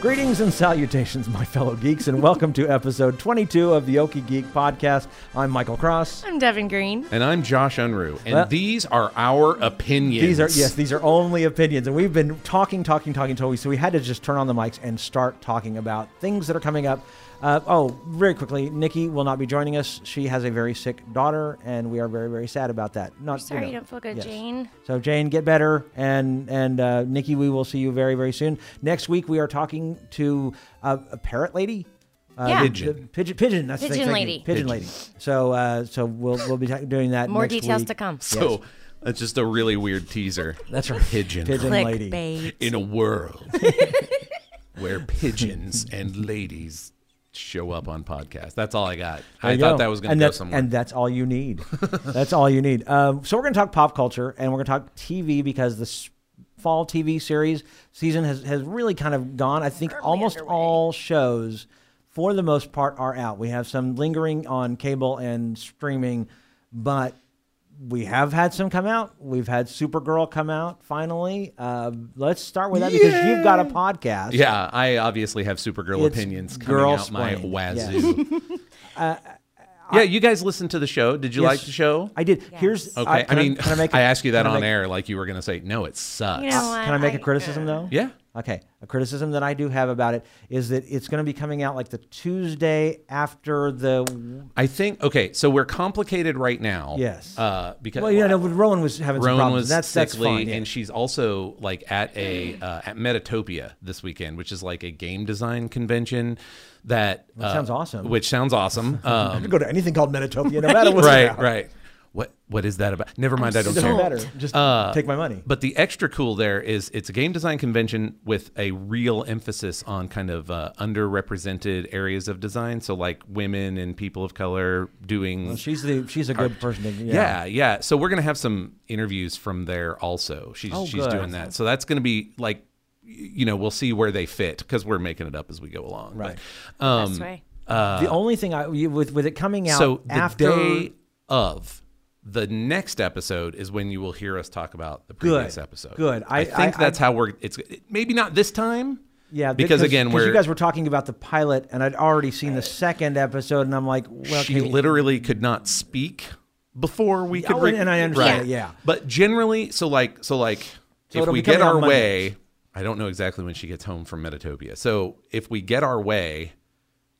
Greetings and salutations, my fellow geeks, and welcome to episode 22 of the Okie Geek Podcast. I'm Michael Cross. I'm Devin Green. And I'm Josh Unruh. And Well- these are our opinions. These are yes, these are only opinions, and we've been talking, talking, talking until we so we had to just turn on the mics and start talking about things that are coming up. Uh, oh, very quickly, Nikki will not be joining us. She has a very sick daughter, and we are very, very sad about that. Not sorry know. you don't feel good, Jane. So Jane, get better, and and uh, Nikki, we will see you very, very soon. Next week, we are talking to uh, a parrot lady. Uh, Yeah. the- Pigeon. the pigeon, pigeon. That's the Pigeon thing. lady. Pigeon lady. So, uh, so we'll we'll be ta- doing that. More next details week. to come. So that's just a really weird teaser. That's right. Pigeon. Pigeon lady. Clickbait. In a world where pigeons and ladies show up on podcasts. That's all I got. I There you thought go. that was going and to go that's, somewhere. And that's all you need. that's all you need. Um, so we're going to talk pop culture and we're going to talk TV because this fall TV series season has, has really kind of gone. I think almost all shows, for the most part, are out. We have some lingering on cable and streaming, but we have had some come out. We've had Supergirl come out finally. Uh, let's start with that because you've got a podcast. yeah, I obviously have Supergirl It's opinions coming out my girl-splained. wazoo. yeah, you guys listened to the show. Did you Uh, Yes. like the show? I did. Here's Okay, I, I, can mean, can I make? a- I asked you that can I on make- air, like you were going to say, "No, it sucks." You know what? Can I make a criticism though? Yeah. Okay. A criticism that I do have about it is that it's going to be coming out like the Tuesday after the. I think okay, so we're complicated right now. Yes. Uh, because Well, you know, Rowan was having some Roan problems. was that's that's sickly, fine. yeah. and she's also like at a uh, at Metatopia this weekend, which is like a game design convention that uh, sounds awesome. Which sounds awesome. Um, I could go to anything called Metatopia, no matter what. right, right. What what is that about? Never mind, I'm I do not Doesn't care. matter. Just take my money. But the extra cool there is it's a game design convention with a real emphasis on kind of uh, underrepresented areas of design. So like women and people of color doing. she's the she's a good person. To, yeah. yeah, yeah. So we're gonna have some interviews from there also. She's Oh, she's good. doing that. So that's gonna be like, y- you know, we'll see where they fit because we're making it up as we go along. But, Right. um, That's right. the only thing I you- with with it coming out so the after day of the next episode is when you will hear us talk about the Good, previous episode. good. I- I, think I- that's how we're. It's maybe not this time. yeah because again we're Uh, you guys were talking about the pilot and I'd already seen the second episode and I'm like well she okay, literally could not speak before we could. Oh, and- and I understand that, yeah. But generally, so like, so like, if it'll be we get coming out our Mondays. way, I don't know exactly when she gets home from Metatopia. So if we get our way,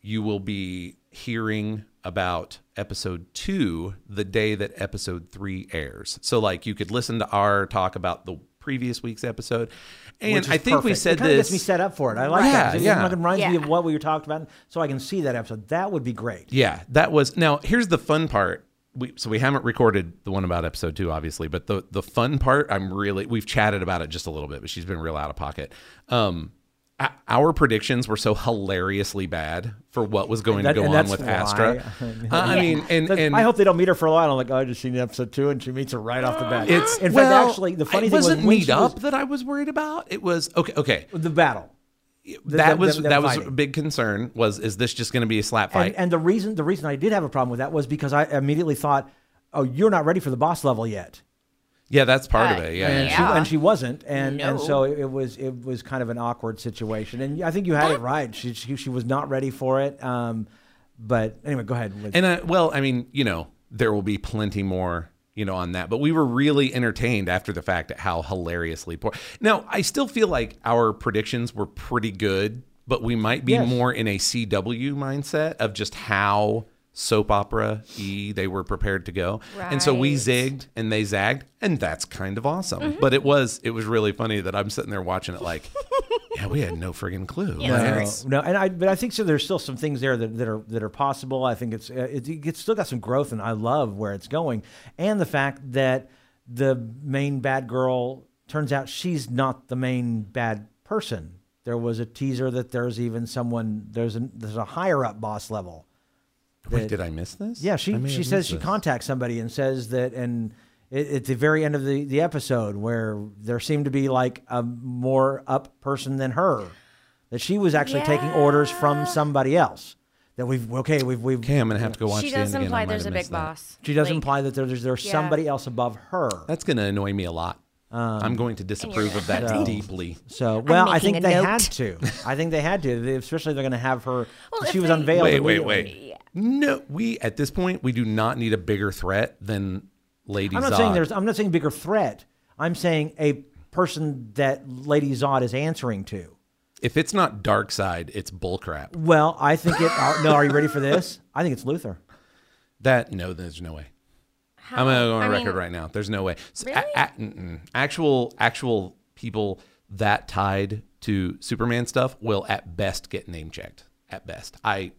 you will be hearing about episode two the day that episode three airs. So like, you could listen to our talk about the previous week's episode, and which is I think we perfect. said it kinda this. gets me set up for it. I like that. Yeah, It yeah. fucking reminds me Yeah. of what we were talking about, so I can see that episode. That would be great. Yeah, that was. Now here's the fun part. We, so we haven't recorded the one about episode two, obviously, but the the fun part, I'm really we've chatted about it just a little bit, but she's been real out of pocket. Um, o- our predictions were so hilariously bad for what was going That- to go and on that's with why. Astra. I mean- Uh, I mean, and, Like, and I hope they don't meet her for a while. I'm like, oh, I just seen episode two, and she meets her right off the bat. it's in fact, well, actually, the funny it thing was wasn't when meet she was- up that I was worried about. It was okay, okay. the battle, that them- was them- them that was a fighting. big concern. Was is this just going to be a slap fight? and, and the reason the reason I did have a problem with that was because I immediately thought, oh, you're not ready for the boss level yet, yeah, that's part of Uh, it. Yeah, yeah. yeah. and, she, and she wasn't, and, and No. so it, it was it was kind of an awkward situation, and I think you had it right. She she, she was not ready for it. Um, but anyway, go ahead. with- And I, well, I mean, you know, there will be plenty more, you know, on that. But we were really entertained after the fact at how hilariously poor. Now, I still feel like our predictions were pretty good, but we might be Yes. more in a CW mindset of just how soap opera e they were prepared to go. And so we Right. zigged and they zagged, and that's kind of awesome. Mm-hmm. But it was it was really funny that I'm sitting there watching it like, yeah, we had no friggin' clue. Yeah. Like, No, Yes. no, and I, but I think so. There's still some things there that, that are that are possible. I think it's uh, it, it's still got some growth, and I love where it's going, and the fact that the main bad girl turns out she's not the main bad person. There was a teaser that there's even someone there's a there's a higher up boss level. Wait, did I miss this? Yeah, she I may she have says missed she this. contacts somebody and says that, and it, at the very end of the the episode, where there seemed to be like a more up person than her, that she was actually taking orders from somebody else. That we've okay, we've we've. Okay, I'm gonna have to go watch. she the end does again. I imply might there's a have big missed that. boss. She does Like, imply that there's there's Yeah. somebody else above her. That's going to annoy me a lot. Um, I'm going to disapprove of that deeply. So, well, I making think a they note. had to. I think they had to, They- especially they're going to have her. Well, she if was they- unveiled. Wait, wait, immediately. wait. No, we at this point we do not need a bigger threat than Lady I'm not Zod. saying there's. I'm not saying bigger threat. I'm saying a person that Lady Zod is answering to. if it's not dark side, it's bullcrap. Well, I think it. uh, no, are you ready for this? I think it's Luther. That no, there's no way. I'm gonna go on I mean- record right now. There's no way. S- a- a- mm-mm. actual actual people that tied to Superman stuff will at best get name checked. At best, I.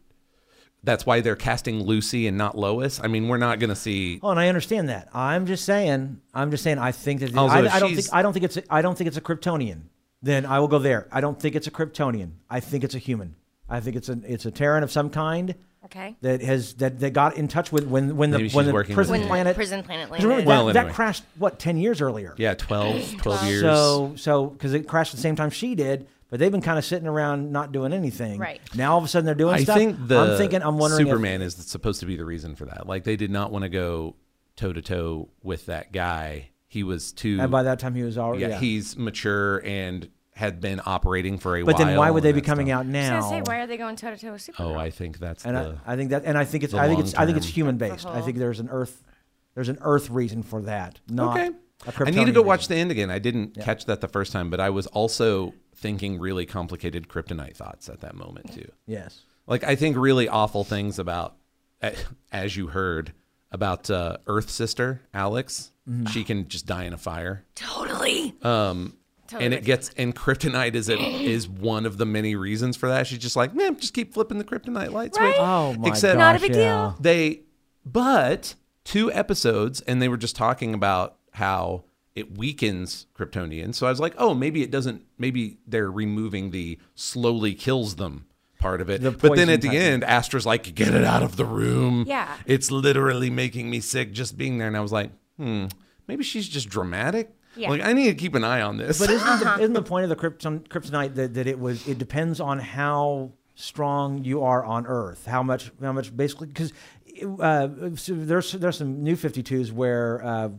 That's why they're casting Lucy and not Lois. I mean, we're not gonna see. Oh, and I understand that. I'm just saying. I'm just saying. I think that. Although I, I don't Oh, she's- think. I don't think it's. A, I don't think it's a Kryptonian. Then I will go there. I don't think it's a Kryptonian. I think it's a human. I think it's a. It's a Terran of some kind. Okay. That has that that got in touch with when when Maybe the when she's the working prison with- When the planet. prison planet 'cause remember landed. Well, that, anyway. that crashed what ten years earlier. Yeah, Oh 12, 12 years. So so because it crashed at the same time she did, but they've been kind of sitting around not doing anything. Right. Now all of a sudden they're doing I stuff. think the I'm thinking. I'm wondering. if- Superman is supposed to be the reason for that. Like they did not want to go toe to toe with that guy. He was too. and by that time he was already. Mm. yeah, he's mature and had been operating for a But while. then why would they and be that coming stuff. out I now? was gonna say, why are they going toe to toe with Superman? Oh, I think that's and the. I, I think that and I think it's the I think it's I think it's long-term- human based. I whole- think there's an earth there's an earth reason for that. Not okay. a I need to go Kryptonian watch the end again. I didn't catch that the first time, but I was also thinking really complicated kryptonite thoughts at that moment too. reason. Yes. Like I think really awful things about, a- as you heard about uh, Earth Sister Alex. Mm-hmm. She can just die in a fire, totally. Oh. Um, and it gets and kryptonite is a, is one of the many reasons for that. She's just like, man, just keep flipping the kryptonite light switch. Right? Oh my Except- gosh. Not a big yeah. They, but two episodes, and they were just talking about how it weakens Kryptonians. So I was like, oh, maybe it doesn't. Maybe they're removing the slowly kills them part of it. The but then poison at the type. end, Astra's like, get it out of the room. Yeah. it's literally making me sick just being there. And I was like, hmm, maybe she's just dramatic. Yeah. Like I need to keep an eye on this. But isn't, Uh-huh. the, isn't the point of the krypton, kryptonite that, that it was it depends on how strong you are on Earth, how much how much basically because uh, so there's there's some new 52s where uh,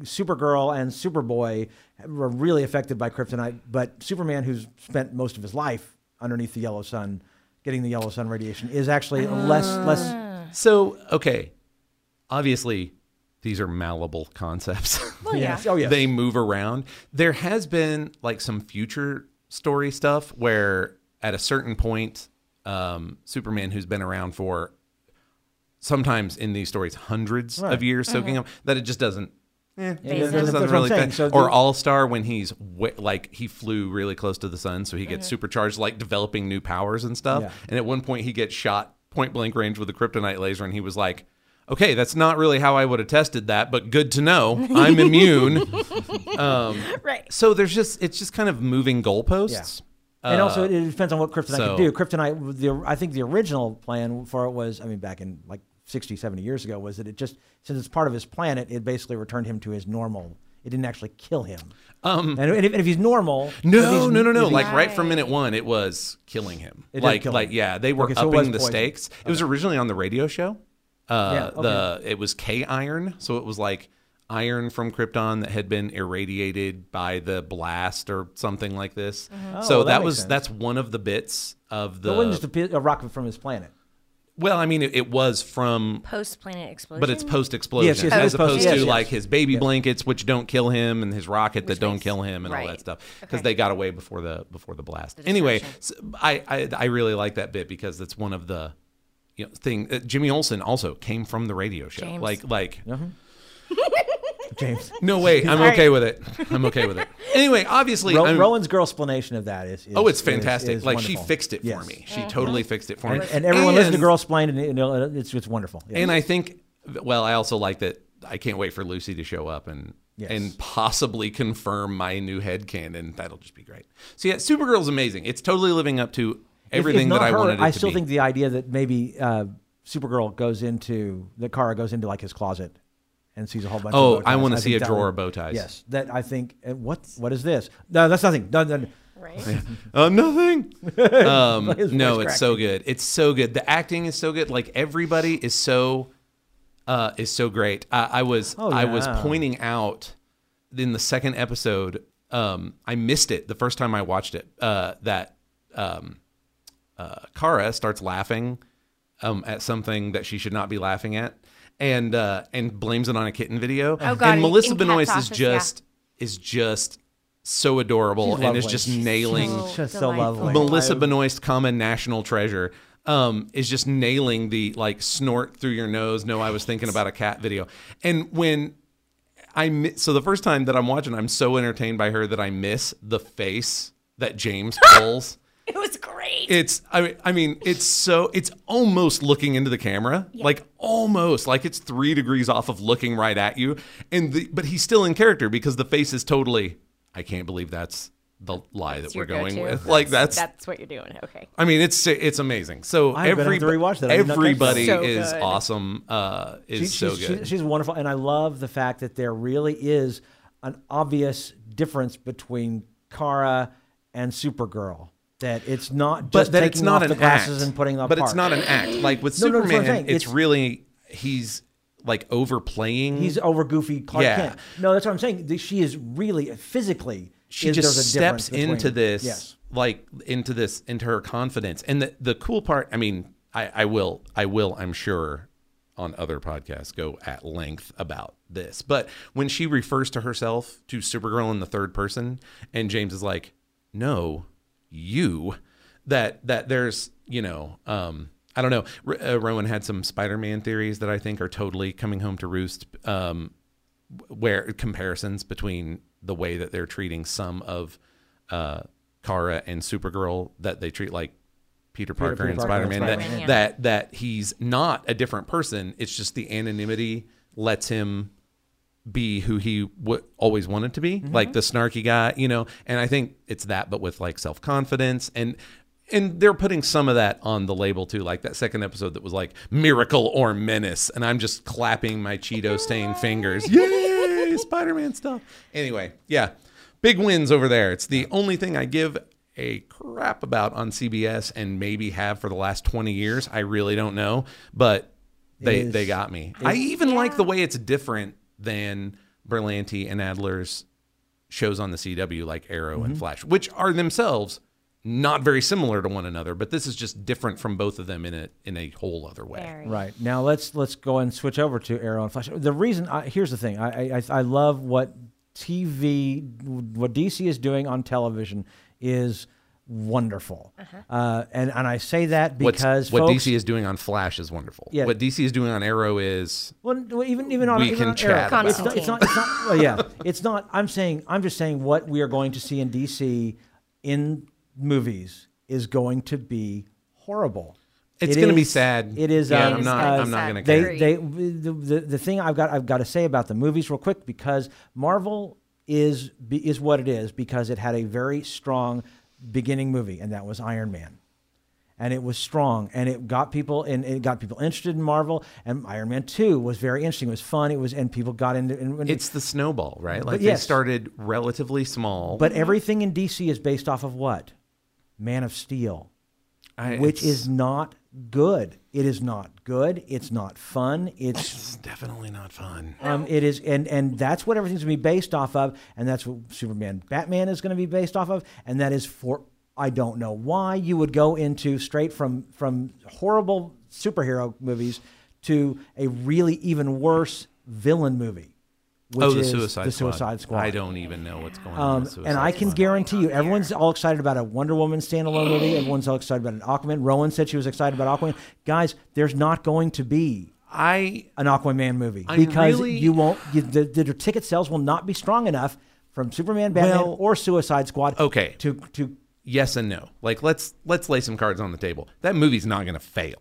Supergirl and Superboy were really affected by kryptonite, but Superman, who's spent most of his life underneath the yellow sun, getting the yellow sun radiation, is actually less less. Uh. so okay, obviously, these are malleable concepts. well, yeah. Oh yeah. they move around. There has been like some future story stuff where at a certain point, um, Superman, who's been around for sometimes in these stories hundreds Right. of years soaking up, that it just doesn't. Eh, it That's doesn't what I'm really saying. fit. So or the- All Star when he's w- like he flew really close to the sun, so he gets supercharged, like developing new powers and stuff. Yeah. And at one point, he gets shot point blank range with a kryptonite laser, and he was like, "Okay, that's not really how I would have tested that, but good to know. I'm immune." Um, Right. So there's just it's just kind of moving goalposts. and also, it, it depends on what kryptonite Uh, so- can do. Kryptonite, the, I think the original plan for it was, I mean, back in like 60, 70 years ago, was that it just, since it's part of his planet, it basically returned him to his normal. It didn't actually kill him. Um, and, and if, and if he's normal, if No, he's- no, no, no. if he's- Like right from minute one, it was killing him. It did like, kill like him. yeah, they were Okay, so it upping was the poison. stakes. It was originally on the radio show. Uh, Yeah, The it was K iron, so it was like iron from Krypton that had been irradiated by the blast or something like this. so Mm-hmm. Oh, well, that that, makes was sense. that's one of the bits of the. it wasn't just a, pi- a rocket from his planet. well, I mean, it, it was from Post planet explosion. But it's post explosion, Yes, yes, as it was post- opposed yes, to yes. like his baby blankets, which don't kill him, and his rocket that don't makes- kill him, and all right. that stuff, because Okay. they got away before the before the blast. anyway, s I I I I really like that bit because that's one of the you know thing. Uh, Jimmy Olsen also came from the radio show. James. Like like James. no way, I'm Sorry. okay with it. I'm okay with it. Anyway, obviously, Ro- I'm- Rowan's girl explanation of that is, is oh, it's is- fantastic. is like wonderful. she fixed it Yes. for me. She totally fixed it for And, me. and everyone listen to And- Girl Explained, and you know, it's, it's wonderful. Yeah. And I think, well, I also like that. I can't wait for Lucy to show up and Yes. and possibly confirm my new headcanon. That'll just be great. So yeah, Supergirl's amazing. It's totally living up to If- if everything not that I her, wanted it I to still be. think the idea that maybe uh, Supergirl goes into that Kara goes into like his closet and sees a whole bunch. Oh, of bow I ties. wanna see think a that drawer would- of bow ties. Yes, that I think. uh, What what is this? No, that's nothing. No, no, no. right. Uh, nothing. Um, His no, voice it's so good. It's so good. The acting is so good. Like everybody is so uh, is so great. I, I was I was yeah. pointing out in the second episode, um, I missed it the first time I watched it. Uh, that um, uh, Kara starts laughing um, at something that she should not be laughing at, and uh, and blames it on a kitten video. Oh, God, And in- Melissa in Cat's Benoist is office, yeah. just is just so adorable She's and is lovely. just She's nailing so Just so delightful. lovely. Mel- Melissa Benoist, comma national treasure, um, is just nailing the like snort through your nose. No, I was thinking about a cat video. And when I mi- so the first time that I'm watching, I'm so entertained by her that I miss the face that James pulls. It was great. It's I mean, I mean it's so it's almost looking into the camera like almost like it's three degrees off of looking right at you and the, but he's still in character because the face is totally I can't believe that's the lie that your we're going go-to. with like that's That's what you're doing. Okay. I mean, it's it's amazing. So I'm gonna have to everyb- rewatch that. I did not catch that. everybody So is good. awesome. Uh, is so she's, good. She's, she's wonderful, and I love the fact that there really is an obvious difference between Kara and Supergirl. That it's not just but that taking it's not off an the glasses act. and putting on. but parts. it's not an act. Like with No, no, that's what I'm Superman, saying. it's, It's- really he's like overplaying. He's over goofy Clark Mm. Yeah. Kent. No, that's what I'm saying. The- She is really physically. she is- there's just a difference steps between into them. this Yes. like into this into her confidence and the, the cool part i mean I, I will i will i'm sure on other podcasts go at length about this but when she refers to herself to supergirl in the third person and james is like no you that that there's you know um i don't know R- uh, rowan had some spider-man theories that i think are totally coming home to roost um where comparisons between the way that they're treating some of uh Kara and Supergirl that they treat like Peter Parker, Peter and Parker and Spider-Man, that, Spider-Man, yeah. that that he's not a different person it's just the anonymity lets him be who he w- always wanted to be like the snarky guy you know and I think it's that but with like self-confidence and and they're putting some of that on the label too like that second episode that was like miracle or menace and I'm just clapping my Cheeto stained fingers yay Spider-Man stuff anyway yeah big wins over there. It's the only thing I give a crap about on CBS and maybe have for the last 20 years. I really don't know, but they Is- they got me. I even like the way it's different than Berlanti and Adler's shows on the CW like Arrow Mm-hmm. and Flash, which are themselves not very similar to one another, but this is just different from both of them in a in a whole other way. Very. Right now, let's let's go and switch over to Arrow and Flash. The reason I, here's the thing: I, I I love what TV, what DC is doing on television is wonderful, uh, and and I say that What's- because what folks, DC is doing on Flash is wonderful. Yeah. What DC is doing on Arrow is Well, well, even even on We even can on chat Arrow. about It's not, it's not, it's not well, yeah. It's not. I'm saying. I'm just saying what we are going to see in DC in movies is going to be horrible. it's It going to be is- sad. It is. Yeah, um, I'm not. It is uh, I'm not sad. going to they care. Agreed. they the, the the thing I've got I've got to say about the movies real quick because Marvel is be- is what it is because it had a very strong beginning movie and that was Iron Man. And it was strong, and it got people, and it got people interested in Marvel. And Iron Man Two was very interesting. It was fun. It was, and people got into. And, and It's the snowball, right? Like yes. they started relatively small, but everything in DC is based off of what? Man of Steel. I, which it's- is not good. It is not good. It's not fun. It's it's definitely not fun. um, it is, and and that's what everything's gonna be based off of, and that's what Superman, Batman is gonna be based off of, and that is for I don't know why you would go into straight from from horrible superhero movies to a really even worse villain movie. Which oh, the is Suicide the Squad. Suicide Squad. I don't even know what's going on. Um, With suicide and I can Squad. guarantee you, everyone's all excited about a Wonder Woman standalone movie. Everyone's all excited about an Aquaman. Rowan said she was excited about Aquaman. Guys, there's not going to be I an Aquaman movie I'm because really- you won't. You, the, the, the ticket sales will not be strong enough from Superman, Batman, Well- or Suicide Squad. Okay. To to yes and no. Like let's let's lay some cards on the table. That movie's not going to fail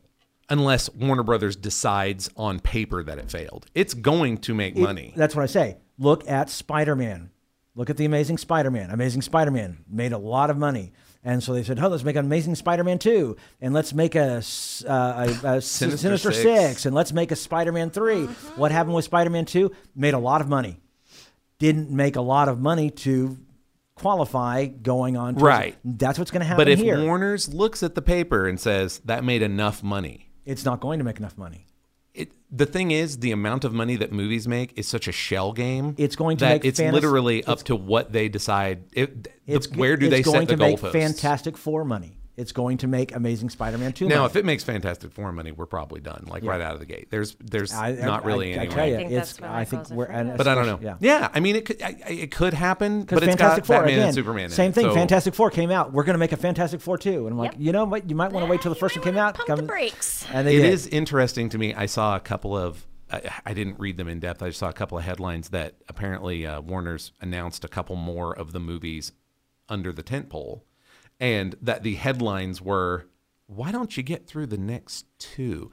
unless Warner Brothers decides on paper that it failed. It's going to make money. that's what I say. Look at Spider Man. Look at the Amazing Spider Man. Amazing Spider Man made a lot of money. And so they said, "Oh, let's make an Amazing Spider-Man 2, and let's make a, s- uh, a, a Sinister, Sinister Sinister Six. Six. and let's make a Spider-Man 3." What happened with Spider-Man 2? Made a lot of money. Didn't make a lot of money to qualify going on. to- Right. That's what's going to happen But if here. Warner's looks at the paper and says that made enough money, it's not going to make enough money. it, the thing is, the amount of money that movies make is such a shell game. It's going to that make it's fantas- literally up to what they decide. It, th- the- It's where do it's they going set the to make goalposts? Fantastic Four money. It's going to make Amazing Spider-Man two. now, money. if it makes Fantastic Four money, we're probably done, like right out of the gate. There's, there's I- I- not really I, any I tell way. you, I think that's it's. what I my think calls are we're. for. and But I don't know. especially- Yeah, Yeah. I mean, it could, I, I- it could happen, but Because it's Fantastic got Four Batman again, and Superman. Same in it, thing. so- Fantastic Four came out. We're going to make a Fantastic Four too, and I'm like, Yep. you know what? You might want to wait till the Yeah, first you one came might out. pump come- the brakes. And they It did. is interesting to me. I saw a couple of. I, I didn't read them in depth. I just saw a couple of headlines that apparently uh, Warner's announced a couple more of the movies under the tent pole, and that the headlines were, "Why don't you get through the next two?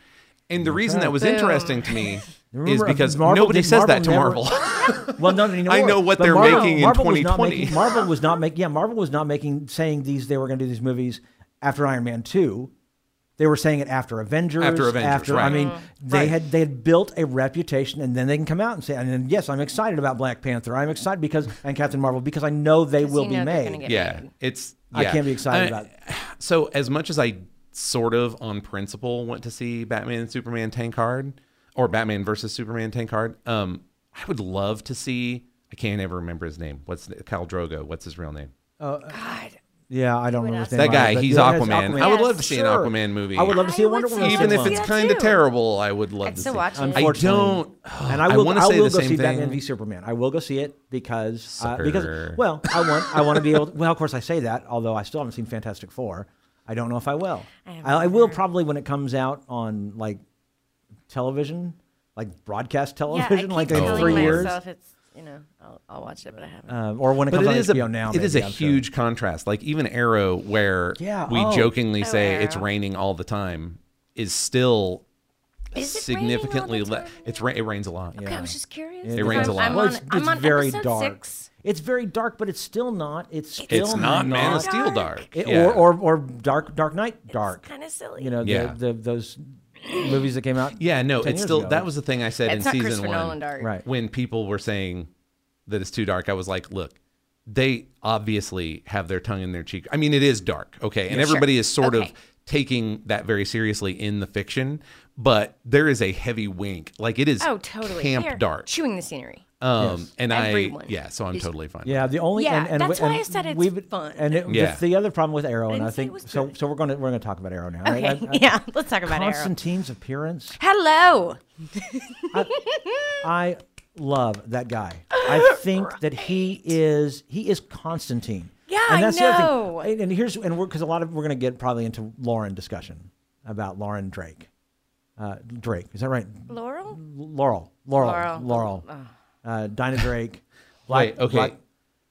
And the reason that was interesting to me is um, Remember, because Marvel nobody did- says that to Marvel Marvel. Well, no, no, no, I know what but they're Marvel- making in Marvel was not 2020. making- Marvel was not making. Yeah, Marvel was not making saying these. They were going to do these movies after Iron Man two. They were saying it after Avengers. After Avengers, I right. mean, Mm-hmm. they Right. had they had built a reputation, and then they can come out and say, and then, yes, I'm excited about Black Panther. I'm excited because and Captain Marvel because I know they will you be know they're gonna made. get yeah, it's. I yeah. can't be excited I- about it. So as much as I sort of on principle want to see Batman and Superman tank hard or Batman versus Superman tank hard, um, I would love to see. I can't ever remember his name. What's Cal Drogo? What's his real name? God. Yeah, I don't would remember ask his name that guy. either, but He's yeah, it's Aquaman. I would love to see an Sure. Aquaman movie. I would love to see a I Wonder would Woman. see even that if one. it's too. kind of terrible. I would love I'd to still see. watch it. I Unfortunately. don't. and I will. want I, to say will the go same see thing. Batman v Superman. I will go see it because uh, Sucker. because well, I want I want to be able. To, well, of course, I say that. Although I still haven't seen Fantastic Four, I don't know if I will. I haven't I, I will either. probably when it comes out on like television, like broadcast Yeah, television, I like keep in telling three years, myself it's, you know, I'll, I'll watch it, but I haven't. um, or when it But comes it on is HBO a now. it is a maybe, I'm sure. huge contrast. Like even Arrow, where Yeah, we oh. jokingly say it's Arrow. raining all the time, is still Is it raining all the significantly less. time? It's ra- it rains a lot. Yeah. Okay, I was just curious. It because I'm- rains a lot. I'm Well, on, it's, I'm it's on very episode dark. Six. It's very dark, but it's still not. It's still It's not Man of Steel dark. It- Yeah. or, or or Dark Dark Knight dark. Kind of silly. you know, Yeah. the, the, those movies that came out. yeah, no, 10 it's years still ago. that was the thing I said it's in not season Christopher one Nolan dark. Right. when people were saying that it's too dark. I was like, look, they obviously have their tongue in their cheek. I mean, it is dark, okay, and everybody is sort Okay. of taking that very seriously in the fiction, but there is a heavy wink. Like it is Oh, totally. camp They're dark. Chewing the scenery. Um, and Everyone I yeah, so I'm is- totally fine. Yeah, the only Yeah, and, and that's we- and why I said it's we've- fun. And it, Yeah. the, the other problem with Arrow, and didn't I say it think was so. good. So we're going to we're going to talk about Arrow now. Okay. yeah. Let's talk about Arrow. Constantine's appearance, Hello. I love that guy. I think that he is he is Constantine. Yeah, I and that's know. The other thing. And- And here's and we're because a lot of we're going to get probably into Lauren discussion about Lauren Drake. Uh, Drake, is that right? Laurel? Laurel, Laurel, Laurel, Laurel. Oh. Uh, Dinah Drake, Wait, okay. Black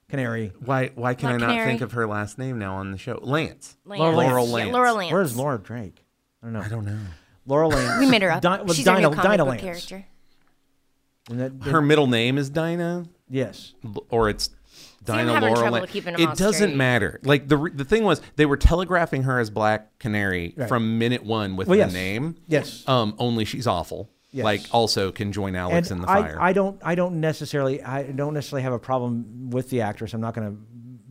Canary. Why why can Black I not Canary. think of her last name now on the show? Lance. Lance. Laurel Lance. Laurel Yeah, Lance. Laurel Lance. Where's Laura Drake? I don't know. I don't know. Laura Lance. We made her up. Di- well, She's Dinah, our new comic Dinah book Lance. character. And that- Her middle name is Dinah, yes. L- or it's I'm Dinah having Laurel trouble Lance. keeping 'em all It doesn't straight. matter. Like the re- the thing was, they were telegraphing her as Black Canary Right. from minute one with Well, the yes. name. Yes. Um. Only she's awful. Yes. Like also can join Alex And in the fire. I, I don't I don't necessarily I don't necessarily have a problem with the actress. I'm not gonna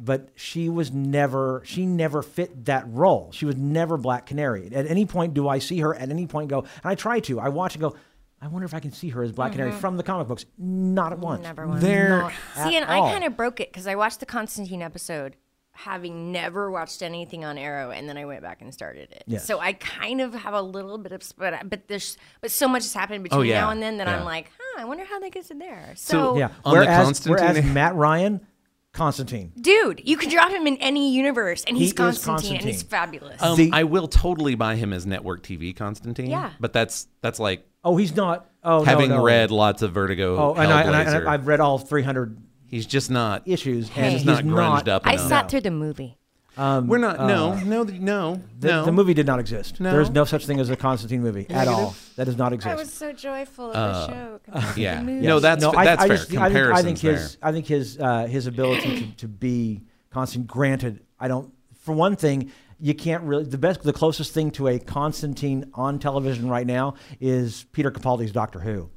but she was never she never fit that role. She was never Black Canary. At any point do I see her at any point go and I try to, I watch and go, I wonder if I can see her as Black Canary from the comic books. Not at once. Mm-hmm. Never once. There- Not See, at and all. I kind of broke it because I watched the Constantine episode, having never watched anything on Arrow, and then I went back and started it. Yes. So I kind of have a little bit of, but I- but there's but so much has happened between yeah. now and then that Yeah. I'm like, huh, I wonder how they get to there. So- So, Yeah. On the whereas, Constantine- whereas Matt Ryan, Constantine. dude, you can drop him in any universe, and He he's is Constantine, and he's Constantine. fabulous. um, the- I will totally buy him as network TV Constantine. Yeah. But that's that's like Oh, he's not oh having no, no. read lots of Vertigo. Oh, and I, and I, Hellblazer, and I, have read all 300 he's just not. issues, Hey. and He's he's not grunged up uh, I No. sat through the movie. We're not. no, no, th- no, um, uh, The, no. the movie did not exist. No. There's no such thing as a Constantine movie at all. That does not exist. I was so joyful of Uh, the show. Yeah. movie. No, that's no, fa- I, that's I fair. just, I think, I Comparisons think his, I think his, uh, his ability to, to be Constantine. Granted, I don't. For one thing, you can't really. The best, the closest thing to a Constantine on television right now is Peter Capaldi's Doctor Who.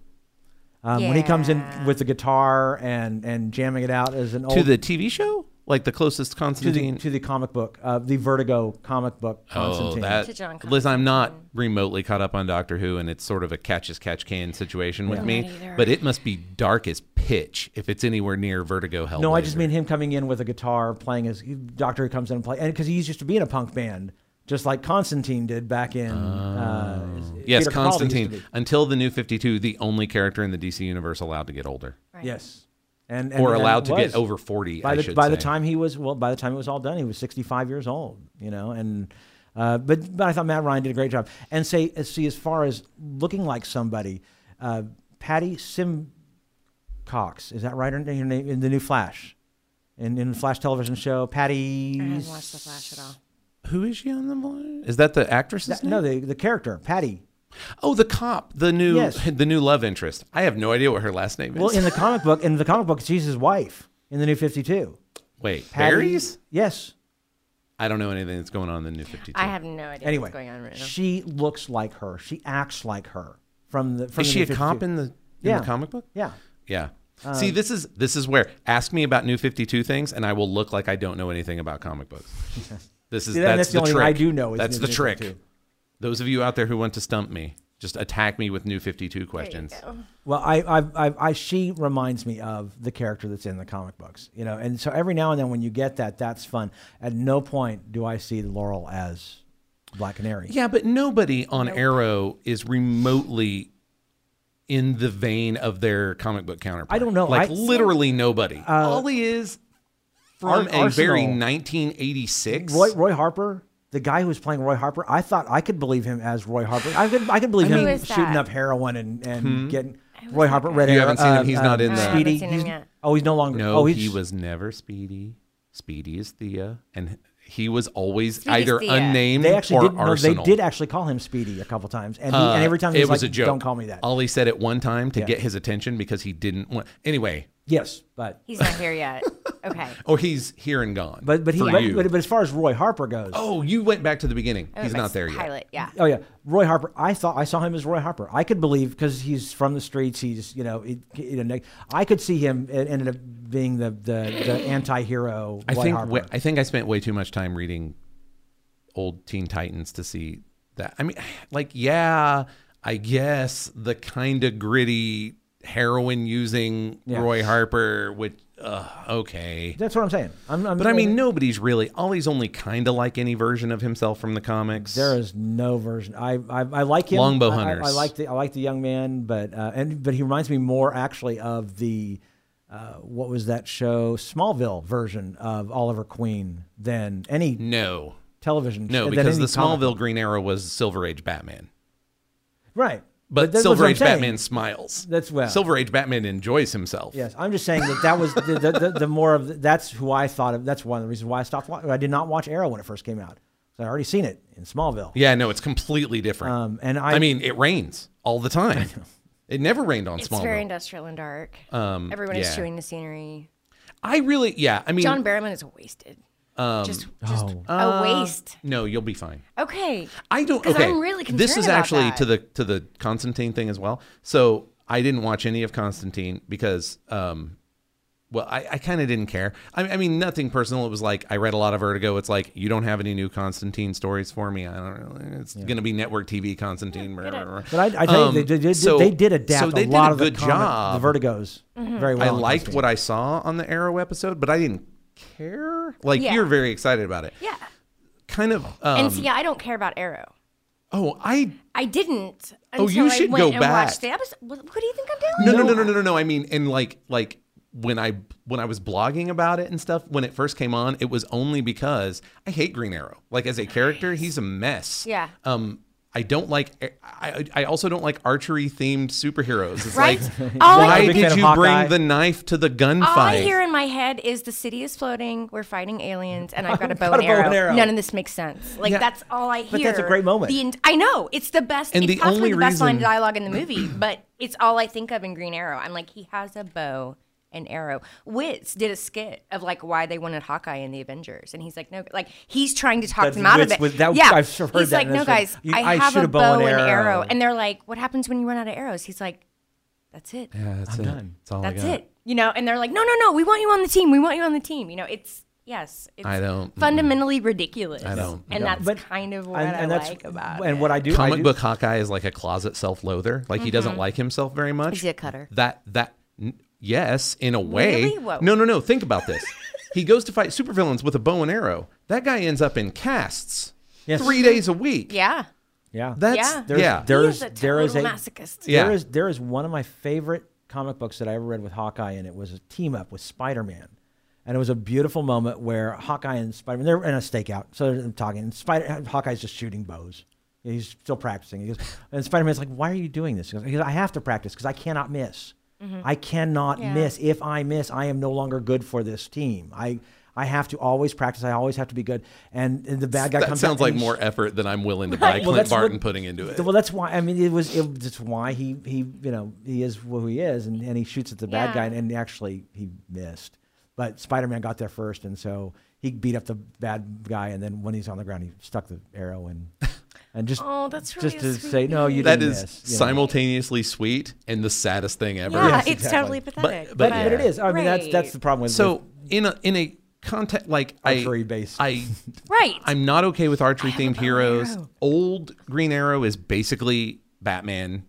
Um, When he comes in Yeah. with the guitar and and jamming it out as an there. To old the TV show? Like the closest to the, Constantine. to the comic book, uh, the Vertigo comic book. Oh, Constantine. that To John Liz, I'm not remotely caught up on Doctor Who, and it's sort of a catch as catch can situation with me. either. But it must be dark as pitch if it's anywhere near Vertigo Hell. No, I just mean him coming in with a guitar, playing his Doctor Who comes in and play, and because he used to be in a punk band, just like Constantine did back in. uh, Oh. yes, Peter Capaldi used to Constantine. be. Until the New Fifty Two, the only character in the DC universe allowed to get older Right. Yes, and, and or and allowed to was. get over forty. by I the should by the say. time he was well, by the time it was all done, he was 65 years old. You know, and uh, but but I thought Matt Ryan did a great job. And say uh, see as far as looking like somebody, uh, Patty Sim Cox is that right? Her name, her name in the new Flash, in in the Flash television show, Patty. I haven't watched The Flash at all. who is she on the? line? Is that the actress's name? No, the the character Patty. Oh, the cop, the new Yes. the new love interest. I have no idea what her last name is. Well, in the comic book, in the comic book, she's his wife in the new 52. Wait, Patty- Barry's? Yes. I don't know anything that's going on in the new 52. I have no idea Anyway, what's going on right now. she looks like her. She acts like her from the. From Is the she new a cop 52. in the in Yeah. the comic book? Yeah. Yeah. Um, See, this is this is where ask me about new 52 things and I will look like I don't know anything about comic books. This is See, then that's that's, the, the only thing trick. I do know is That's New the trick. 52. Those of you out there who want to stump me, just attack me with new 52 questions. Well, I, I, I, I, she reminds me of the character that's in the comic books, you know. And so every now and then, when you get that, that's fun. At no point do I see Laurel as Black Canary. Yeah, but nobody on Arrow is remotely in the vein of their comic book counterpart. I don't know. Like I- Uh, literally nobody. All he is from Ar- a very Arsenal. 1986. Roy, Roy Harper, the guy who was playing Roy Harper, I thought I could believe him as Roy Harper. I could, I could believe Who him is shooting that? up heroin and, and getting Roy Harper. Red Hmm? You hair, haven't seen him. uh, He's uh, not in No, I that. haven't Speedy. seen him He's- yet. Oh, he's no longer. No, oh, he's, he was never Speedy. Speedy is Thea, and he was always either Thea. unnamed They actually or did. No, they Arsenal. Uh, did actually call him Speedy a couple times, and, he, and every time he it was, was like, a joke. "Don't call me that." Ollie said it one time to Yeah. get his attention because he didn't want. Anyway, yes, but He's not here yet. Okay. oh, he's here and gone. but but he for but, you. but, but as far as Roy Harper goes, oh, you went back to the beginning. I went He's back not to there the yet. Pilot, yeah. Oh yeah, Roy Harper. I thought I saw him as Roy Harper. I could believe because he's from the streets. He's you know, it, you know, ne- I could see him. It ended up being the the, the anti-hero I Roy think Harper. wh- I think I spent way too much time reading old Teen Titans to see that. I mean, like, yeah, I guess the kind of gritty heroin using Yeah. Roy Harper, which uh, okay, That's what I'm saying. I'm, I'm, but I mean, nobody's really Ollie's only kind of like any version of himself from the comics. there is no version. I I, I like him. Longbow I- I- I, Hunters. like the I like the young man, but uh, and but he reminds me more actually of the. Uh, what was that show? Smallville version of Oliver Queen than any no, television. no, than because any the comic. Smallville Green Arrow was Silver Age Batman. right? But, that's what Silver I'm Age saying. Batman smiles. That's- well- Silver Age Batman enjoys himself. Yes, I'm just saying that that was the, the, the, the more of the, that's who I thought of. That's one of the reasons why I stopped. wa- I did not watch Arrow when it first came out. 'Cause I already seen it in Smallville. Yeah, no, it's completely different. Um, and I, I, mean, it rains all the time. It never rained on It's Smallville. very industrial and dark. Um, Everyone yeah. is chewing the scenery. I really, yeah. I mean, John Barrowman is wasted. Um, just just oh. a waste. no, you'll be fine. Okay. I don't. 'Cause Okay, I'm really concerned this is about actually that. to the to the Constantine thing as well. So I didn't watch any of Constantine because, um, well, I, I kind of didn't care. I, I mean, nothing personal. It was like I read a lot of Vertigo. It's like you don't have any new Constantine stories for me. I don't really. It's going to be network TV Constantine. brr, brr, brr. but I, I tell you, they, did Um, so- they did adapt so they a did lot a of good the comic, job. the Vertigos Mm-hmm. very well. I liked what I saw on the Arrow episode, but I didn't care. Like Yeah. you're very excited about it. Yeah. Kind of. And Um, see, I don't care about Arrow. oh, I I didn't Oh, until you should I went go and back. watched the episode. What, what do you think I'm doing? no no no no no no. no. I mean, and like like when I when I was blogging about it and stuff when it first came on, it was only because I hate Green Arrow. Like as a character, he's a mess. Yeah. Um. I don't like. I I I also don't like archery themed superheroes. It's Right? like, All I- why I'm a big fan did of you bring Hawkeye. the knife to the gunfight? All I hear in my head is the city is floating. We're fighting aliens, and I've got a bow, got a and, bow arrow. and arrow. None of this makes sense. Like Yeah. that's all I hear. But that's a great moment. The en- I know it's the best. And it's the possibly only the best line of reason- dialogue in the movie, but it's all I think of in Green Arrow. I'm like, he has a bow and arrow. Witz did a skit of like why they wanted Hawkeye in the Avengers, and he's like, no, like he's trying to talk That's them out Witz of it. with- that- yeah, I've heard he's that like, in no, this guys, one. You- I I have shoot a bow and arrow. and they're like, what happens when you run out of arrows? He's like, that's it. Yeah, that's it. done. That's all I That's got. it. You know, and they're like, no, no, no, we want you on the team. We want you on the team. You know, it's Yes, it's I don't- fundamentally ridiculous. I don't- and no. that's But- kind of what and, and I that's like about and it. what I do. I Comic do- book Hawkeye is like a closet self-loather. Like he doesn't like himself very much. Mm-hmm. Is he a cutter? That that n- yes, in a way. Really? Whoa. No, no, no. Think about this. he goes to fight supervillains with a bow and arrow. That guy ends up in casts Yes. three days a week. Yeah, Yeah. That's Yeah. yeah. There's- yeah. He There's is a there is a total masochist. Yeah. there is there is one of my favorite comic books that I ever read with Hawkeye, and it was a team up with Spider Man, and it was a beautiful moment where Hawkeye and Spider Man they're in a stakeout, so they're talking, and Spider Hawkeye's just shooting bows. He's still practicing. He goes, and Spider Man's like, "Why are you doing this?" He goes, he goes, "I have to practice because I cannot miss. I cannot Yeah. miss. If I miss, I am no longer good for this team. I." I have to always practice. I always have to be good. And, and the bad guy That comes sounds out like and he more effort than I'm willing to buy Well, Clint that's what- Barton putting into it. well, that's why. I mean, it was. It, that's why he he you know he is who he is, and, and he shoots at the bad Yeah. guy, and, and actually he missed. But Spider Man got there first, and so he beat up the bad guy, and then when he's on the ground, he stuck the arrow in, and just Oh, that's really just to a sweet say no, you That didn't is miss, you know. simultaneously sweet and the saddest thing ever. yeah, Yes, it's exactly. totally pathetic. But- But, yeah. but it is. I mean, that's that's the problem with So in a in a context like Archery I, based. I right. I'm not okay with archery themed bow and heroes. arrow. Old Green Arrow is basically Batman,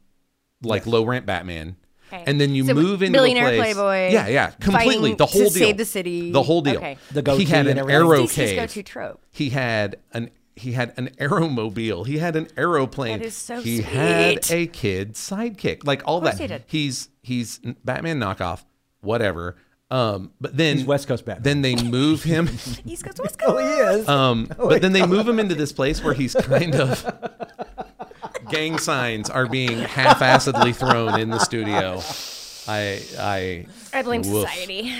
like low rent Batman. Okay. And then you So move into billionaire a place, playboy Yeah, yeah, completely. fighting The whole to deal. save the city. The whole deal. Okay. The goatee he had an and everything. arrow It's DC's cave. go-to trope. He had an he had an aeromobile. He had an aeroplane. That is so he had sweet. a kid sidekick. Like all course that. he did. He's he's Batman knockoff, whatever. Um, but then He's West Coast Batman. Then they move him. East Coast, West oh, Coast. he is. Um, but then they move him into this place where he's kind of gang signs are being half-assedly thrown in the studio. I I I blame woof. society.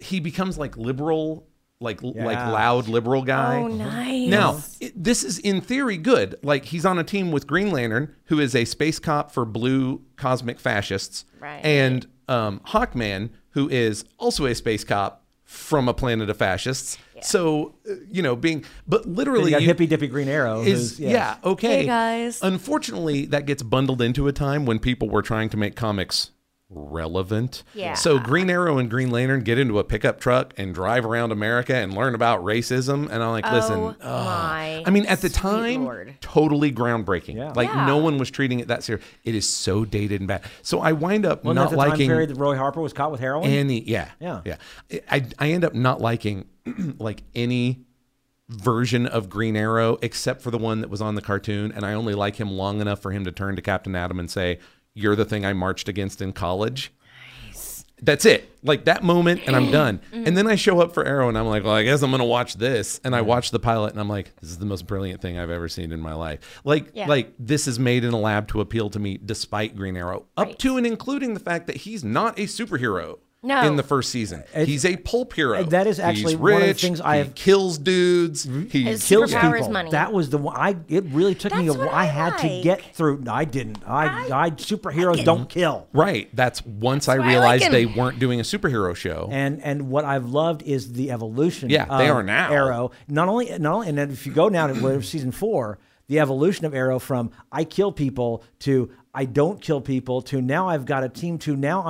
He becomes like liberal, like like Yeah. loud liberal guy. Oh, nice. Now, it, this is in theory good. Like he's on a team with Green Lantern, who is a space cop for blue cosmic fascists, Right. and um, Hawkman, who is also a space cop from a planet of fascists. So uh, you know, being but you literally got you- hippy dippy green arrow. is who's- yes. yeah okay Hey, guys. Unfortunately, that gets bundled into a time when people were trying to make comics relevant. Yeah. So Green Arrow and Green Lantern get into a pickup truck and drive around America and learn about racism. And I'm like, listen, Oh, ugh. my I mean, at the sweet time, Lord. totally groundbreaking. Yeah. Like Yeah. no one was treating it that serious. It is so dated and bad. So I wind up Wasn't not that the time liking period that Roy Harper was caught with heroin. any yeah Yeah. yeah I, I end up not liking like any version of green arrow except for the one that was on the cartoon and i only like him long enough for him to turn to captain adam and say you're the thing i marched against in college that's it like that moment and i'm done and then i show up for arrow and i'm like well i guess i'm gonna watch this and i watch the pilot and i'm like this is the most brilliant thing i've ever seen in my life like Yeah. like this is made in a lab to appeal to me despite green arrow up Right. to and including the fact that he's not a superhero No. in the first season. he's a pulp hero. that is actually he's one rich, of the things I he have- kills dudes. He His kills Superpower is people. money. That was the one. I it really took me a That's while. what I I had to like. get through. I didn't. I I, superheroes don't kill. Right. That's once why I I like realized him. they weren't doing a superhero show. And and what I've loved is the evolution. Yeah, they of are now. Arrow. Not only not only, and then if you go now to where season four, the evolution of Arrow from I kill people to I don't kill people to now I've got a team to now I'm.